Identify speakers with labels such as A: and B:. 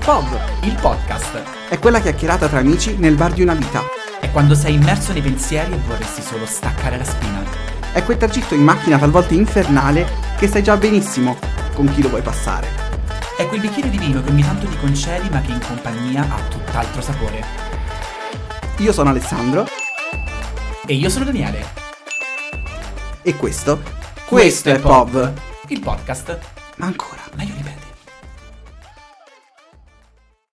A: POV, il podcast.
B: È quella chiacchierata tra amici nel bar di una vita.
A: È quando sei immerso nei pensieri e vorresti solo staccare la spina.
B: È quel tragitto in macchina talvolta infernale che sai già benissimo con chi lo vuoi passare.
A: È quel bicchiere di vino che ogni tanto ti concedi ma che in compagnia ha tutt'altro sapore.
B: Io sono Alessandro
A: E io sono Daniele.
B: e questo, questo, è POV.
A: Il podcast.
B: Ma ancora.
A: Ma io